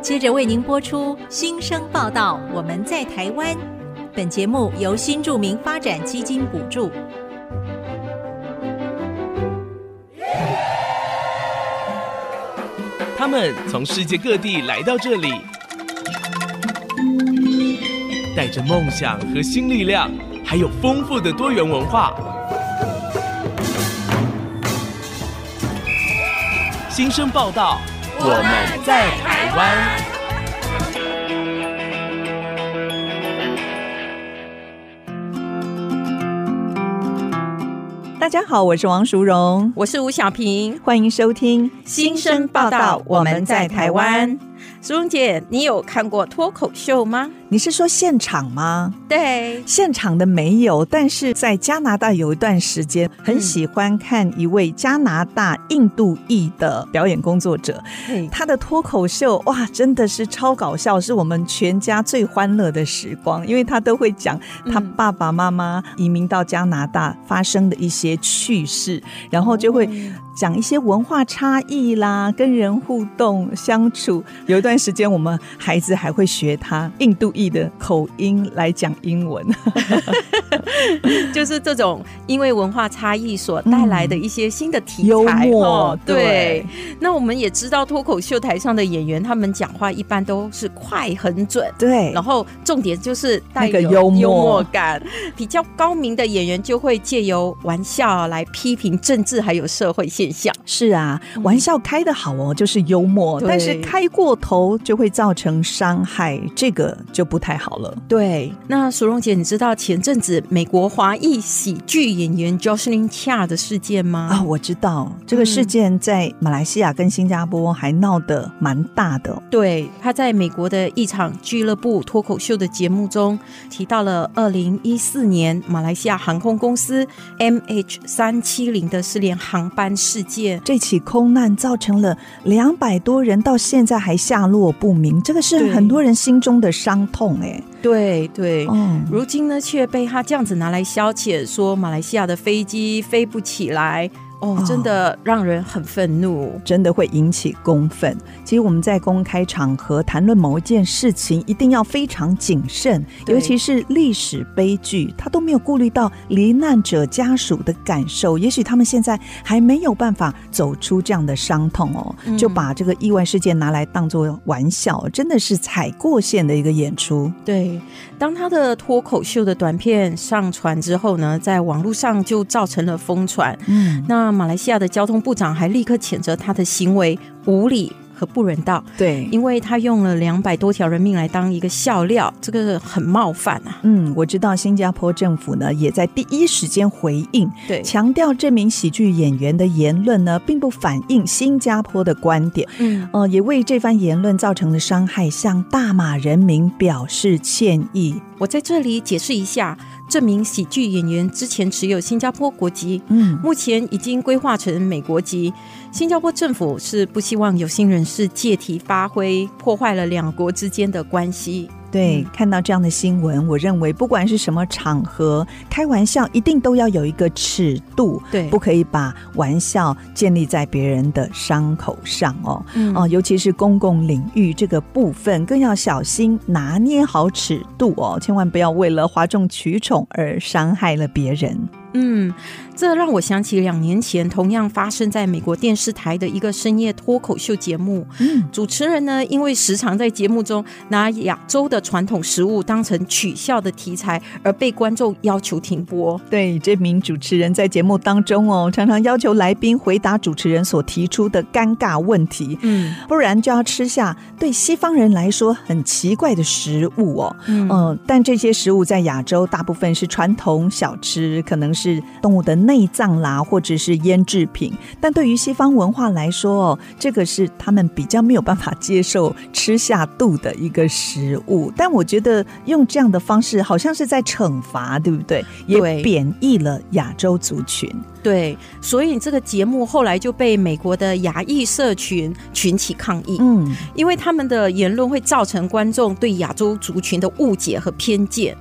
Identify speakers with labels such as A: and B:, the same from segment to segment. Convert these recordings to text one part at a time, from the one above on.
A: 接着为您播出新生报道，我们在台湾。本节目由新著名发展基金补助。
B: 他们从世界各地来到这里，带着梦想和新力量，还有丰富的多元文化。新生报道，我们在台湾。
C: 大家好，我是王淑荣，
D: 我是吴小平，
C: 欢迎收听《
D: 新生报道》，我们在台湾。淑荣姐，你有看过脱口秀吗？
C: 你是说现场吗？
D: 对，
C: 现场的没有，但是在加拿大有一段时间，很喜欢看一位加拿大印度裔的表演工作者，
D: 嗯
C: 他的脱口秀哇，真的是超搞笑，是我们全家最欢乐的时光，因为他都会讲他
D: 嗯
C: 爸爸妈妈移民到加拿大发生的一些趣事，然后就会讲一些文化差异啦，跟人互动相处。有一段时间，我们孩子还会学他印度裔的口音来讲英文。
D: 就是这种因为文化差异所带来的一些新的题材，
C: 幽默
D: 对
C: 对
D: 那我们也知道，脱口秀台上的演员他们讲话一般都是快很准。
C: 对
D: 然后重点就是带有
C: 那个幽默
D: 感，比较高明的演员就会借由玩笑来批评政治还有社会现象。
C: 是啊，
D: 嗯
C: 玩笑开得好哦，就是幽默，
D: 对
C: 但是开过头就会造成伤害，这个就不太好了。
D: 嗯
C: 对，
D: 那苏荣姐，你知道前阵子美国华裔喜剧演员 Jocelyn Chia 的事件吗？
C: 啊，我知道这个事件在马来西亚跟新加坡还闹得蛮大的。
D: 对，他在美国的一场俱乐部脱口秀的节目中提到了二零一四年马来西亚航空公司 MH 三七零的失联航班事件。
C: 这起空难造成了两百多人到现在还下落不明，这个是
D: 对
C: 很多人心中的伤痛哎、
D: 对对
C: 哦，
D: 如今呢，却被他这样子拿来消遣，说马来西亚的飞机飞不起来，哦
C: 哦，
D: 真的让人很愤怒。
C: 真的会引起公愤。其实我们在公开场合谈论某一件事情，一定要非常谨慎，
D: 对
C: 尤其是历史悲剧，他都没有顾虑到罹难者家属的感受。也许他们现在还没有办法走出这样的伤痛哦，
D: 嗯
C: 就把这个意外事件拿来当做玩笑，真的是踩过线的一个演出。
D: 对，当他的脱口秀的短片上传之后呢，在网络上就造成了疯传。
C: 嗯，
D: 那马来西亚的交通部长还立刻谴责他的行为无理和不人道，
C: 对。
D: 因为他用了两百多条人命来当一个笑料，这个很冒犯啊。
C: 嗯，我知道新加坡政府呢也在第一时间回应，
D: 对
C: 强调这名喜剧演员的言论呢，并不反映新加坡的观点，
D: 嗯，
C: 呃，也为这番言论造成的伤害向大马人民表示歉意。
D: 我在这里解释一下，这名喜剧演员之前持有新加坡国籍，
C: 嗯，
D: 目前已经规划成美国籍。新加坡政府是不希望有心人士借题发挥，破坏了两国之间的关系。
C: 对，
D: 嗯
C: 看到这样的新闻，我认为不管是什么场合，开玩笑一定都要有一个尺度，
D: 对
C: 不可以把玩笑建立在别人的伤口上哦。
D: 嗯
C: 哦，尤其是公共领域这个部分，更要小心拿捏好尺度哦，千万不要为了哗众取宠而伤害了别人。
D: 嗯，这让我想起两年前同样发生在美国电视台的一个深夜脱口秀节目。
C: 嗯，
D: 主持人呢，因为时常在节目中拿亚洲的传统食物当成取笑的题材，而被观众要求停播。
C: 对，这名主持人在节目当中哦，常常要求来宾回答主持人所提出的尴尬问题。
D: 嗯
C: 不然就要吃下对西方人来说很奇怪的食物哦，
D: 嗯
C: 嗯，但这些食物在亚洲大部分是传统小吃，可能是动物的内脏啦，或者是腌制品。但对于西方文化来说，哦，这个是他们比较没有办法接受吃下肚的一个食物。但我觉得用这样的方式，好像是在惩罚，对不对？也
D: 对
C: 贬义了亚洲族群。
D: 对，所以这个节目后来就被美国的亚裔社群群起抗议，
C: 嗯，
D: 因为他们的言论会造成观众对亚洲族群的误解和偏见。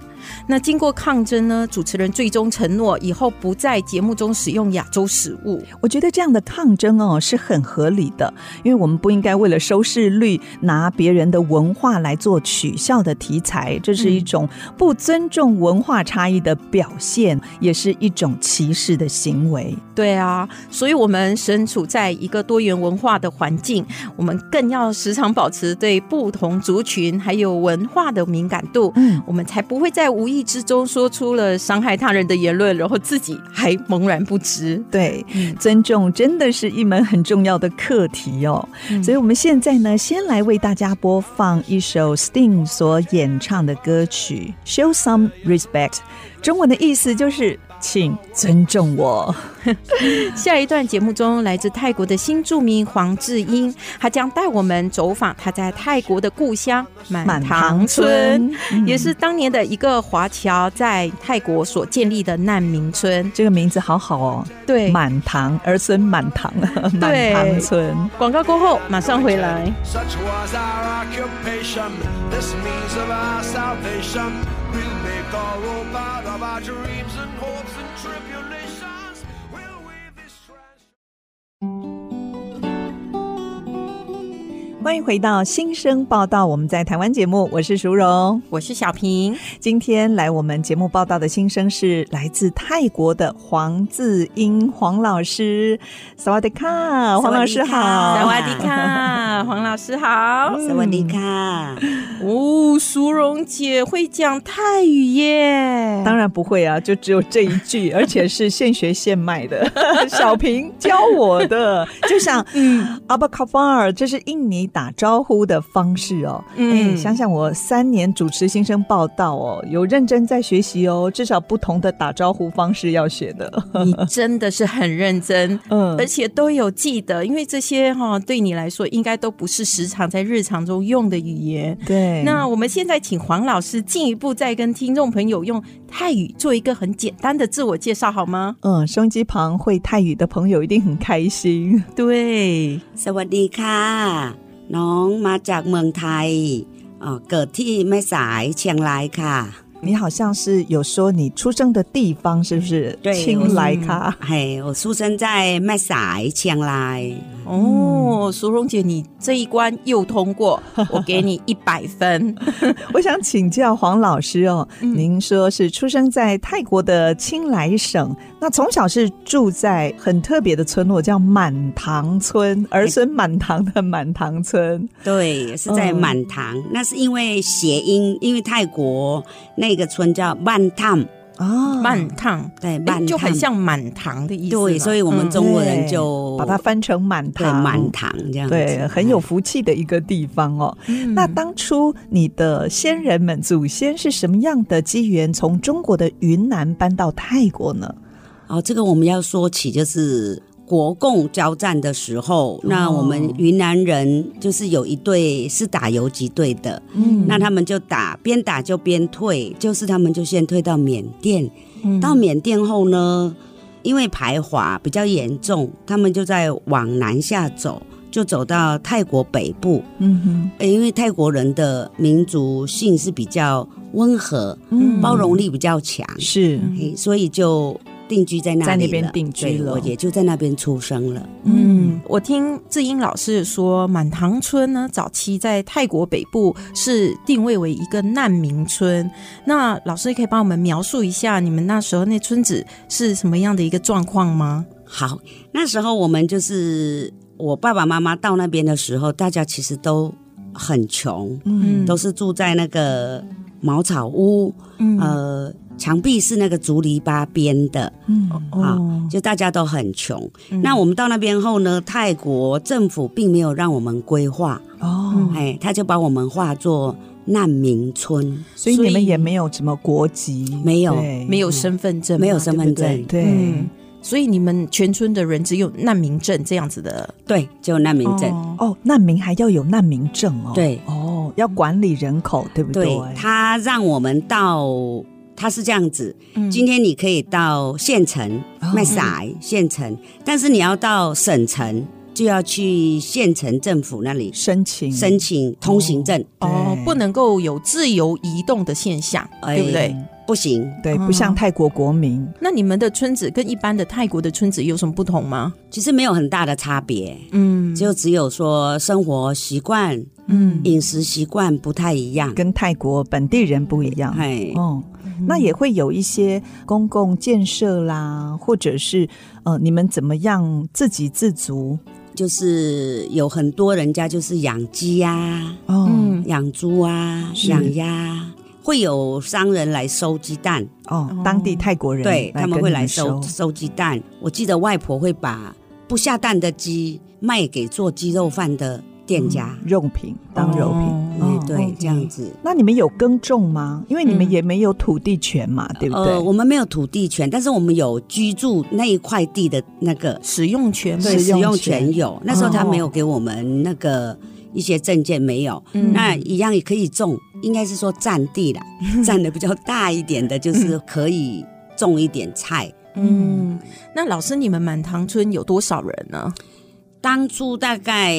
D: 那经过抗争呢，主持人最终承诺以后不在节目中使用亚洲食物。
C: 我觉得这样的抗争哦是很合理的，因为我们不应该为了收视率拿别人的文化来做取笑的题材，这是一种不尊重文化差异的表现，也是一种歧视的行为。
D: 对啊，所以我们身处在一个多元文化的环境，我们更要时常保持对不同族群还有文化的敏感度，
C: 嗯，
D: 我们才不会在无意之中说出了伤害他人的言论，然后自己还茫然不知。
C: 对，
D: 嗯
C: 尊重真的是一门很重要的课题哦。
D: 嗯
C: 所以我们现在呢，先来为大家播放一首 Sting 所演唱的歌曲《Show Some Respect》，中文的意思就是请尊重我。
D: 下一段节目中，来自泰国的新著名黄智英，他将带我们走访他在泰国的故乡满堂村，，
C: 嗯
D: 也是当年的一个华侨在泰国所建立的难民村。
C: 这个名字好好哦，
D: 对，
C: 满堂儿孙满堂，满堂村。
D: 广告过后马上回来。
E: Such was our occupation. This means of our salvation. We'll make our rope out of our dreams and hopes and tribulations. We'll weave this trash.
C: 欢迎回到新生报道，我们在台湾节目，我是淑荣。
D: 我是小平，
C: 今天来我们节目报道的新生是来自泰国的黄自英黄老师，萨瓦迪卡，黄老师好，
D: 萨瓦迪 卡，黄老师好。
F: 萨瓦迪卡，
D: 哦，苏荣姐会讲泰语耶。
C: 当然不会啊，就只有这一 句，而且是现学现卖的。 小平教我 的，就像嗯，阿巴卡巴尔，这是印尼打招呼的方式哦。嗯，想想我三年主持新生报道哦，有认真在学习哦，至少不同的打招呼方式要学的。
D: 你真的是很认真，
C: 嗯
D: 而且都有记得，因为这些哈、对你来说应该都不是时常在日常中用的语言。
C: 对
D: 那我们现在请黄老师进一步再跟听众朋友用泰语做一个很简单的自我介绍好吗？
C: 嗯，收音机旁会泰语的朋友一定很开 心。
D: 对，
F: สวัสดีค่ะ น้องมาจากเมืองไทยเอ่อเกิดที่แม่สายเชียงรายค่ะ
C: 你好像是有说你出生的地方是不是？
F: 对
C: 青莱卡。
F: 嘿，我出生在แม่สายเชียงราย嗯
D: 哦，苏荣姐，你这一关又通过，我给你一百 分。
C: 我想请教黄老师哦，您说是出生在泰国的清莱省，那从小是住在很特别的村落，叫满堂村，儿孙满堂的满堂村。
F: 对，是在满堂。那是因为谐音，因为泰国那个村叫曼汤，
C: 啊，
D: 慢烫，
F: 对，
D: 哎
F: 曼
D: 就很
F: 烫。
D: 像满堂的意思嘛。
F: 对，所以我
D: 嗯
F: 们中国人就
C: 把它翻成满
F: 对
C: 堂，
F: 满堂这样子，
C: 对，很有福气的一个地方哦。
D: 嗯
C: 那当初你的先人们、祖先是什么样的机缘，从中国的云南搬到泰国呢？
F: 哦，这个我们要说起，就是国共交战的时
C: 哦
F: 候，那我们云南人就是有一队是打游击队的，
C: 嗯
F: 那他们就打，边打就边退，就是他们就先退到缅甸，
D: 嗯
F: 到缅甸后呢，因为排华比较严重，他们就在往南下走，就走到泰国北部，
C: 嗯哼，
F: 呃因为泰国人的民族性是比较温和，
C: 嗯
F: 包容力比较强，
C: 是，
F: 嘿所以就定居在那里
C: 嗯在
F: 了，
C: 那边定居
F: 对
C: 了
F: 我也就在那边出生了。
D: 嗯，我听智英老师说，满堂村呢，早期在泰国北部是定位为一个难民村。那老师可以帮我们描述一下你们那时候那村子是什么样的一个状况吗？
F: 好，那时候我们就是我爸爸妈妈到那边的时候，大家其实都很穷，
C: 嗯
F: 都是住在那个茅草屋，
D: 嗯
F: 呃，墙壁是那个竹篱笆编的，
C: 嗯
F: 啊
D: 哦，
F: 就大嗯家都很穷。那我们到那边后呢，泰国政府并没有让我们规划，
C: 哦，
F: 哎，他就把我们划作难民村。
C: 所以你们也没嗯有什么国籍，
F: 没有
C: 对
D: 没有身份证嘛，
F: 没有身份
D: 对
F: 证
D: 不对
C: 对，
D: 嗯，所以你们全村的人只有难民证这样子的
F: 对，只有难民证。
D: 哦
C: 哦，难民还要有难民证哦，
F: 对
C: 哦，要管理人口，对不
F: 对
C: 对？
F: 他让我们到，他是这样子，今天你可以到县城
C: 嗯哦
F: 麦塞县城，但是你要到省城就要去县城政府那里
C: 申请
F: 申请通行证。
C: 对
D: 哦，不能够有自由移动的现象，对不对？
F: 哎不行。
C: 对，不像泰国国民，
D: 那你们的村子跟一般的泰国的村子有什么不同吗？
F: 其实没有很大的差别，
D: 嗯，
F: 就只有说生活习惯、
D: 嗯
F: 饮食习惯不太一样。
C: 跟泰国本地人不一样。
F: 哎，
C: 哦，
D: 嗯
C: 那也会有一些公共建设啦，或者是呃，你们怎么样自给自足？
F: 就是有很多人家就是养鸡啊呀、
C: 哦、
D: 嗯
F: 养猪啊、
C: 是
F: 养鸭，会有商人来收鸡蛋，
C: 哦，当地泰国人
F: 对他们
C: 跟
F: 会
C: 你
F: 来
C: 收
F: 收收鸡蛋。我记得外婆会把不下蛋的鸡卖给做鸡肉饭的店家，
C: 肉品当肉品。
D: 哦
C: 哦
F: 哎，对，
C: OK
F: 这样子。
C: 那你们有耕种吗？因为你们也没有土地权嘛，对不对？
F: 嗯呃，我们没有土地权，但是我们有居住那一块地的那个
D: 使用权
F: 对
C: 使
F: 使
C: 用
F: 用
C: 权
F: 权有。那时候他
C: 哦
F: 没有给我们那个一些证件，没有。
D: 嗯
F: 那一样也可以种，应该是说占 地啦，占的比较大一点的，就是可以种一点菜。
D: 嗯，那老师，你们满堂村有多少人呢？
F: 当初大概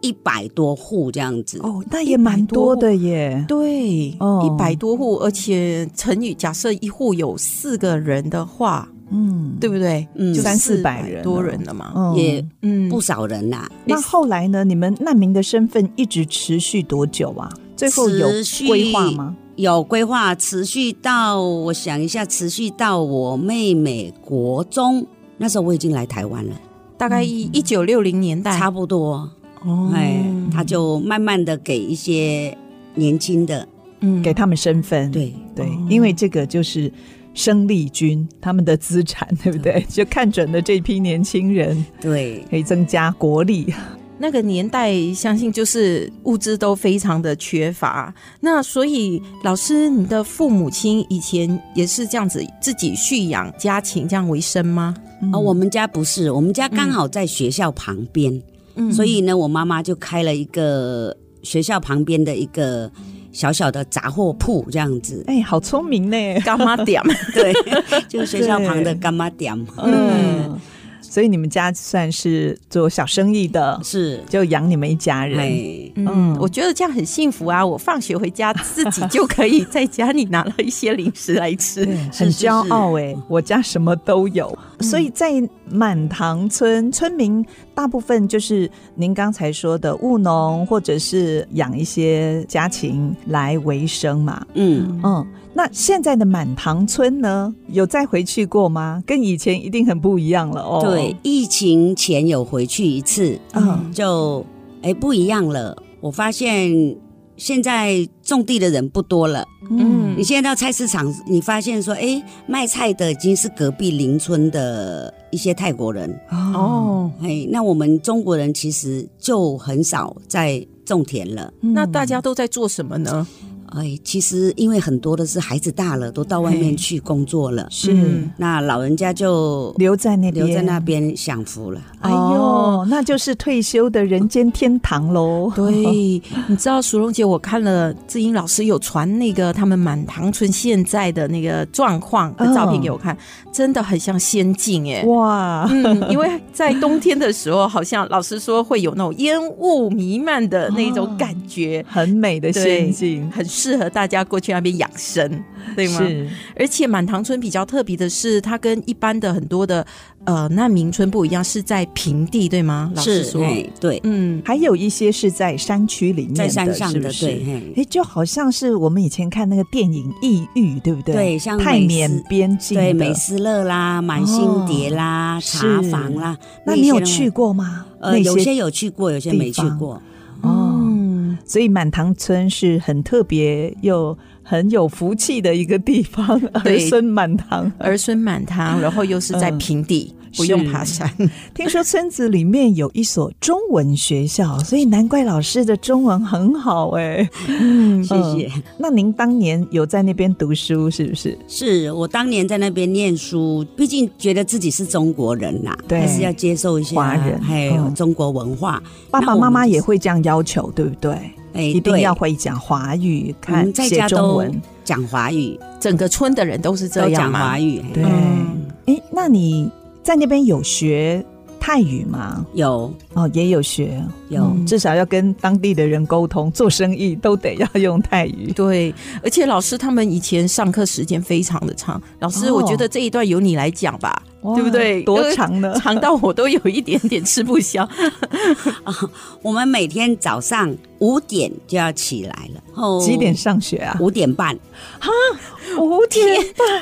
F: 一百多户这样子，
C: 哦，那也蛮多的耶。
D: 对，
C: 哦
D: 一百多户，而且乘以假设一户有四个人的话，
C: 嗯，
D: 对不对？
F: 嗯
D: 就
C: 三四百
D: 400
C: 人
D: 多
C: 哦
D: 人了嘛。
C: 嗯
F: 也
D: 嗯，
F: 不少人啦、
C: 那后来呢？你们难民的身份一直持续多久啊？最后有
F: 持续
C: 规划吗？
F: 有规划持续到，我想一下，持续到我妹妹国中。那时候我已经来台湾了，
D: 大概一一九六零年代，
F: 差不多，
D: 哦
F: 哎，
C: 嗯
F: 他就慢慢的给一些年轻的，
D: 嗯
C: 给他们身份，
F: 对，嗯
C: 对，哦因为这个就是生力军他们的资产， 对不对？就看准了这批年轻人，
F: 对，
C: 可以增加国力。，
D: 那个年代，相信就是物资都非常的缺乏。那所以，老师，你的父母亲以前也是这样子自己蓄养家禽这样为生吗？
F: 而哦我们家不是，我们家刚好在学校旁边，
D: 嗯
F: 所以呢，我妈妈就开了一个学校旁边的一个小小的杂货铺，这样子
C: 哎，好聪明呢！
D: 干妈点，
F: 对，就学校旁的干妈店，
C: 嗯，所以你们家算是做小生意的，
F: 嗯是，
C: 就养你们一家人。
F: 哎，
D: 嗯，我觉得这样很幸福 啊！我放学回家自己就可以在家里拿了一些零食来吃。
C: 很
F: 是是
C: 骄傲哎、我家什么都有，所以在满堂村村民大部分就是您刚才说的务农，或者是养一些家禽来为生嘛。
F: 嗯，
C: 嗯，那现在的满堂村呢，有再回去过吗？跟以前一定很不一样了哦。
F: 对，，疫情前有回去一次，
C: 嗯
F: 就哎不一样了，我发现。现在种地的人不多了。
C: 嗯
F: 你现在到菜市场，你发现说，哎，卖菜的已经是隔壁邻村的一些泰国人，
C: 哦，
D: 嗯
F: 哎，那我们中国人其实就很少在种田了。
C: 嗯
D: 那大家都在做什么呢？
F: 哎，其实因为很多的是孩子大了，都到外面去工作了，
C: 是、
D: 嗯
F: 那老人家就
C: 留在那边，
F: 留在那。边享福了。
C: 哎呦
D: 哦，
C: 那就是退休的人间天堂 喽。
D: 对，你知道淑蓉姐，我看了志英老师有传那个他们满堂村现在的那个状况的照片给我看，真的很像仙境耶。
C: 哇，
D: 嗯，因为在冬天的时候，好像老师说会有那种烟雾弥漫的那种感觉，
C: 很美的
D: 对
C: 仙境，
D: 很适合大家过去那边养生，对吗？
C: 是
D: 而且满堂村比较特别的是，它跟一般的很多的呃难民村不一样，是在平地，对吗？老师说，
F: 哎，对，
D: 嗯，
C: 还有一些是在山区里面的，
F: 在山上
C: 是不
F: 的，
C: 是
F: 对，。嘿
C: 哎，就好像是我们以前看那个电影《异域》，对不对？
F: 对像
C: 泰
F: 美
C: 缅
F: 斯
C: 边境的
F: 对，
C: 哦
F: 美斯乐啦，满星蝶啦，茶
C: 是
F: 房啦，
C: 那你有
F: 些
C: 去
F: 人？
C: 过吗？
F: 呃，
C: 那
F: 有些有去过，有些
C: 地
F: 没去
C: 方
F: 过。
C: 哦，
D: 嗯，
C: 所以满堂村是很特别又很有福气的一个地方，儿
D: 对
C: 孙满堂。
D: 儿孙满堂，然后又是在平地，
C: 嗯
D: 不用爬山。
C: 听说村子里面有一所中文学校，所以难怪老师的中文很好哎。嗯，
F: 谢谢。
C: 那您当年有在那边读书是不是？
F: 是我当年在那边念书，毕竟觉得自己是中国人呐、
C: 对
F: 还是要接受一些
C: 华人
F: 还有
C: 嗯
F: 中国文化。
C: 爸
F: 那
C: 爸
F: 我们
C: 妈妈
F: 就是
C: 也会这样要求，对不对？
F: 哎，
C: 一定
F: 对
C: 要会讲华语，
F: 我
C: 看
F: 们在
C: 写
F: 家
C: 中
F: 都
C: 文。
F: 讲华语，
D: 整个村的人都是这
F: 都
D: 样
F: 讲
D: 嘛
F: 华。语。
C: 对，哎、
D: 嗯
C: 那你在那边有学泰语吗？
F: 有
C: 哦，也有学，
F: 有、
C: 嗯至少要跟当地的人沟通，做生意都得要用泰语。
D: 对，而且老师他们以前上课时间非常的长，老师，
C: 哦
D: 我觉得这一段由你来讲吧，对不对？
C: 哇多长啊哦呢？
D: 长到我都有一点点吃不 消。
F: 我们每天早上五点就要起来了，哦
C: 几点？上学啊？
F: 五点半，
C: 五天，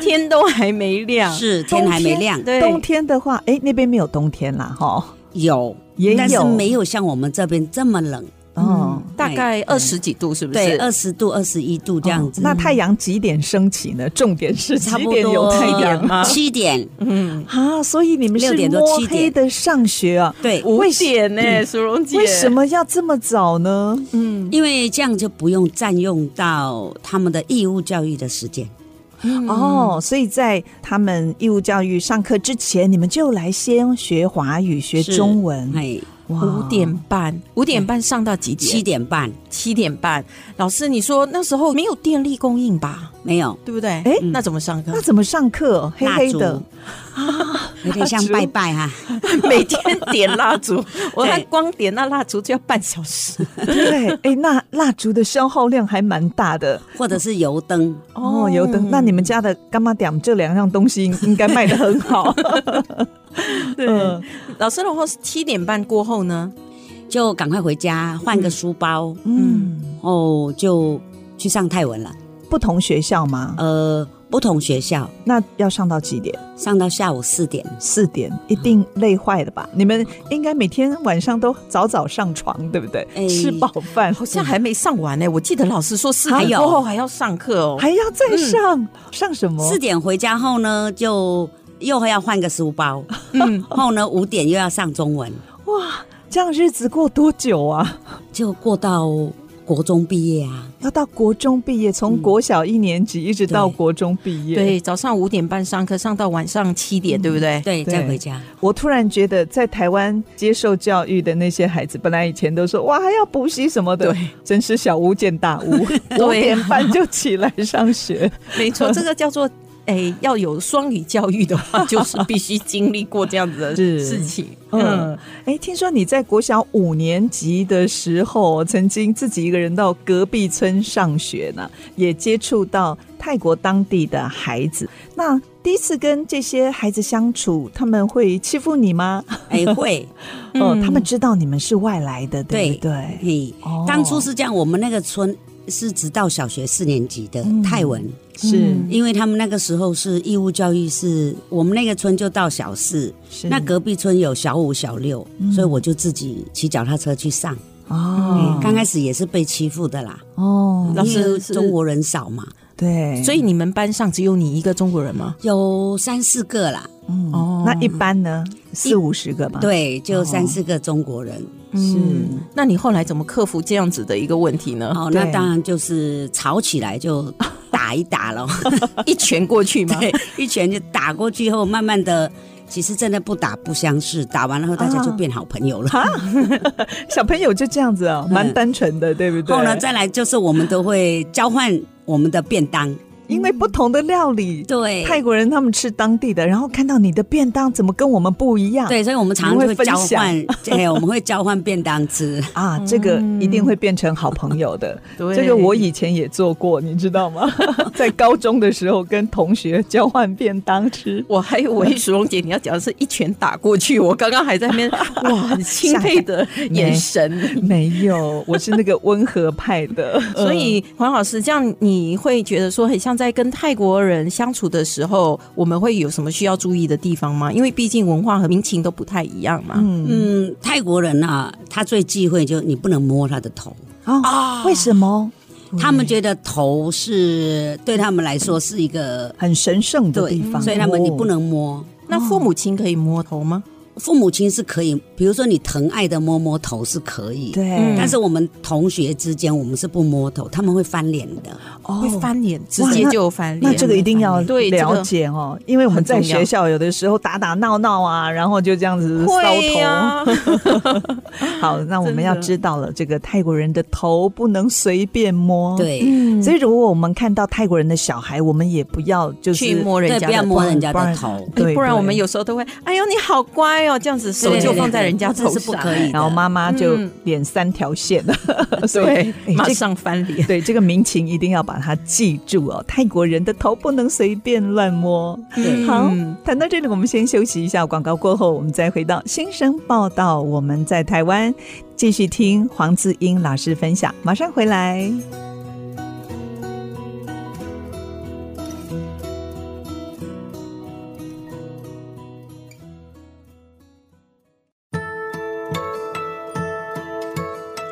D: 天都还没亮，
F: 是天还没亮，
D: 对，
C: 啊冬天的话，哎，那边没有冬天啦，哈。
F: 有
C: 也有
F: 但是没有像我们这边这么冷，
C: 哦，
D: 大概二十几度，是不是？
F: 对，二十度、二十一度这样子。
C: 哦那太阳几点升起呢？重点是
F: 差
C: 几
F: 不
C: 点有
F: 多
C: 太阳
D: 吗
F: 七点，
D: 嗯，
C: 啊？所以你们是
F: 六点多
C: 摸
F: 七点
C: 黑的上学啊？
F: 对，
D: 五点嗯呢，苏荣姐，
C: 为什？么要这么早呢？
D: 嗯，
F: 因为这样就不用占用到他们的义务教育的时间。
C: 哦，所以在他们义务教育上课之前，你们就来先学华语、学
F: 是
C: 中文。
F: 哎，
C: 哇
D: 五点半，五点半上到几点？
F: 七点半
D: 七点半。老师，你说那时候没有电力供应吧？
F: 没有，
D: 对不嗯对？
C: 哎
D: 那怎么上课
C: 那？怎么上课？黑黑的，啊
F: 有点像拜拜哈、
D: 每天点蜡 烛，我
F: 对
D: 看光点那蜡烛就要半小时。
C: 对，哎，那蜡烛的消耗量还蛮大的
F: 或者是油灯。
C: 哦。油灯，那你们家的干妈点这两样东西应应该卖的很好。
D: 对
C: 嗯
D: 老师，然后七点半过后呢？
F: 就赶快回家换个书包，
C: 嗯，
F: 哦，就去上泰文了。
C: 不同学校吗？
F: 呃，不同学校
C: 那要上到几点？
F: 上到下午四点，
C: 四点，一定累坏了吧？你们应该每天晚上都早早上床，对不对？
F: 哎
C: 吃饱饭，
D: 好像还没上完呢、我记得老师说四
F: 还
D: 点
F: 有
D: 过后还要上课哦。
C: 嗯还要再上、上什么？
F: 四点回家后呢，就又要换个书 包，嗯，后呢五点又要上中文，
C: 哇，这样日子过多久啊？
F: 就过到国中毕业啊。
C: 要到国中毕业，从国小一年级一直到国中毕业。，
D: 对，早上五点半上课，上到晚上七点，对不对？
F: 对，
C: 对
F: 再回家，
C: 我突然觉得在台湾接受教育的那些孩子，本来以前都说哇还要补习什么的，
D: 对，
C: 真是小巫见大巫， 五点半就起来上学。
D: 没错，这个叫做。哎，要有双语教育的话，就是必须经历过这样子的
C: 是
D: 事情。
C: 嗯，哎，听说你在国小五年级的时候，曾经自己一个人到隔壁村上学呢，也接触到泰国当地的孩子。那第一次跟这些孩子相处，他们会欺负你吗？
F: 哎，会，
C: 哦，他们知道你们是外来的，对不对？
F: 嘿
C: 哦，
F: 当初是这样，我们那个村是直到小学四年级的泰文，
C: 是
F: 因为他们那个时候是义务教育是，我们那个村就到小四，
C: 是
F: 那隔壁村有小五、小六，所以我就自己骑脚踏车去上。
C: 哦
F: 嗯，刚开始也是被欺负的啦，
C: 哦，
D: 老师
F: 因为
D: 是
F: 中国人少嘛，
C: 对，
D: 所以你们班上只有你一个中国人吗？
F: 有三四个啦，
C: 嗯
D: 哦
C: 那一般呢，四五十个吧。，
F: 嗯对，就三四个中国人。
D: 嗯，那你后来怎么克服这样子的一个问题呢？
F: 哦，
C: 对
F: 那当然就是吵起来就打一打咯，
D: 一拳过去吗？
F: 对，一拳就打过去后，慢慢的。其实真的不打不相识，打完了后大家就变好朋 友了。
C: 啊小朋友就这样子啊，蛮单纯的，对不对？
F: 嗯后呢，再来就是我们都会交换我们的 便当，
C: 因为不同的料理，
F: 对，
C: 泰国人他们吃当地的，然后看到你的便当怎么跟我们不一样？
F: 对，所以我们常常
C: 你
F: 就
C: 会
F: 会
C: 分
F: 交
C: 享
F: 换， 对，我们会交换便当吃。
C: 啊，这个一定会变成好朋友的。
D: 对
C: 这个我以前也做过，你知道吗？ 在高中的时候跟同学交换便当吃。
D: 我还以为淑荣姐你要讲的是一拳打过去，我刚刚还在那边哇，很钦佩的眼神。
C: 没有，我是那个温和派 的，
D: 所以黄老师，这样你会觉得说，很像在跟泰国人相处的时候，我们会有什么需要注意的地方吗？因为毕竟文化和民情都不太一样嘛。
F: 嗯，泰国人啊，他最忌讳就你不能摸他的头，
C: 嗯啊，为什么
F: 他们觉得头是对他们来说是一个
C: 很神圣的
F: 对
C: 地方？，
F: 所以他们你不
C: 哦
F: 能摸。
D: 那父母亲可以摸头吗？
F: 父母亲是可以，比如说你疼爱的摸摸头是可以，
C: 哦对，
F: 但是我们同学之间我们是不摸头，他们会翻脸的。
C: 哦
D: 会翻脸，直
C: 哇
D: 接
C: 那
D: 就翻脸。
C: 那这个一定要
D: 对这
C: 了
D: 个
C: 解哦，因为我们在
D: 很重要
C: 学校有的时候打打闹闹啊，然后就这样子搔
D: 会
C: 头。
D: 呀
C: 好，那我们要知道了，这个泰国人的头不能随便
D: 哦
C: 摸。，
F: 对，
D: 嗯
C: 所以如果我们看到泰国人的小孩，我们也不要就是
D: 去摸人
F: 对，
D: 家
F: 不
D: 的
F: 要
D: 头
F: 摸人家
C: 不然
F: 的头。
C: 对
D: 不然我
C: 对
D: 们有时候都会，哎呦你好乖哦，这样子手就放在人家头
F: 这是不
D: 上，
F: 可以的
C: 然后妈妈就
D: 嗯
C: 脸三条线了， 所以
D: 对，
C: 哎
D: 马
C: 这
D: 上翻脸。
C: 对这个民情一定要把它记住哦。泰国人的头不能随便乱摸。
F: 对
C: 好
D: 嗯，
C: 谈到这里，我们先休息一下，广告过后我们再回到新生报道。我们在台湾继续听黄志英老师分享，马上回来。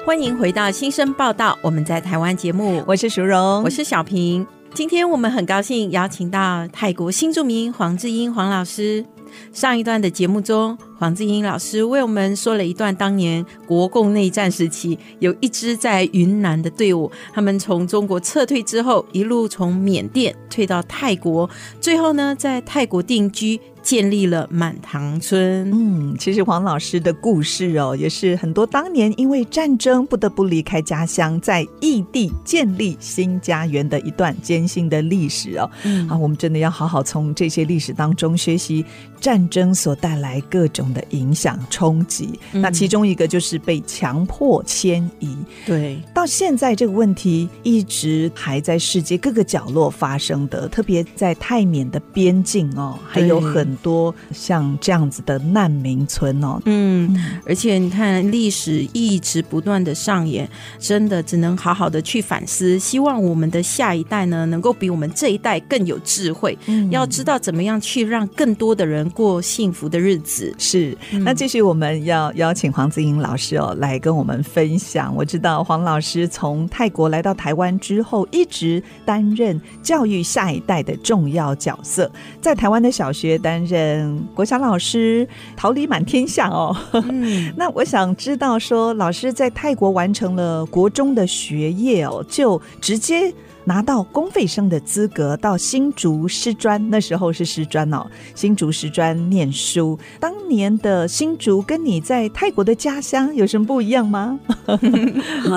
D: 欢迎回到新生报道，我们在台湾节目，
C: 我是淑荣，
D: 我是小平。今天我们很高兴邀请到泰国新著名黄志英黄老师。上一段的节目中，黄志英老师为我们说了一段当年国共内战时期有一支在云南的队伍，他们从中国撤退之后，一路从缅甸退到泰国，最后呢在泰国定居，建立了满堂村。
C: 嗯，其实黄老师的故事哦，也是很多当年因为战争不得不离开家乡，在异地建立新家园的一段艰辛的历史哦。
D: 嗯
C: 啊，我们真的要好好从这些历史当中学习战争所带来各种的影响冲击。
D: 嗯
C: 那其中一个就是被强迫迁移，
D: 对，
C: 到现在这个问题一直还在世界各个角落发生的，特别在泰缅的边境哦，还有
D: 对
C: 很多像这样子的难民村哦。
D: 嗯，而且你看，历史一直不断的上演，真的只能好好的去反思。希望我们的下一代呢，能够比我们这一代更有智慧，
C: 嗯
D: 要知道怎么样去让更多的人过幸福的日子。
C: 是，那继续我们要邀请黄子莹老师哦来跟我们分享。我知道黄老师从泰国来到台湾之后，一直担任教育下一代的重要角色，在台湾的小学担任国小老师，桃李满天下哦。
D: 嗯，
C: 那我想知道说，老师在泰国完成了国中的学业哦，就直接拿到公费生的资格，到新竹师专，那时候是师专哦，新竹师专念书。当年的新竹跟你在泰国的家乡有什么不一样 吗？
F: 啊，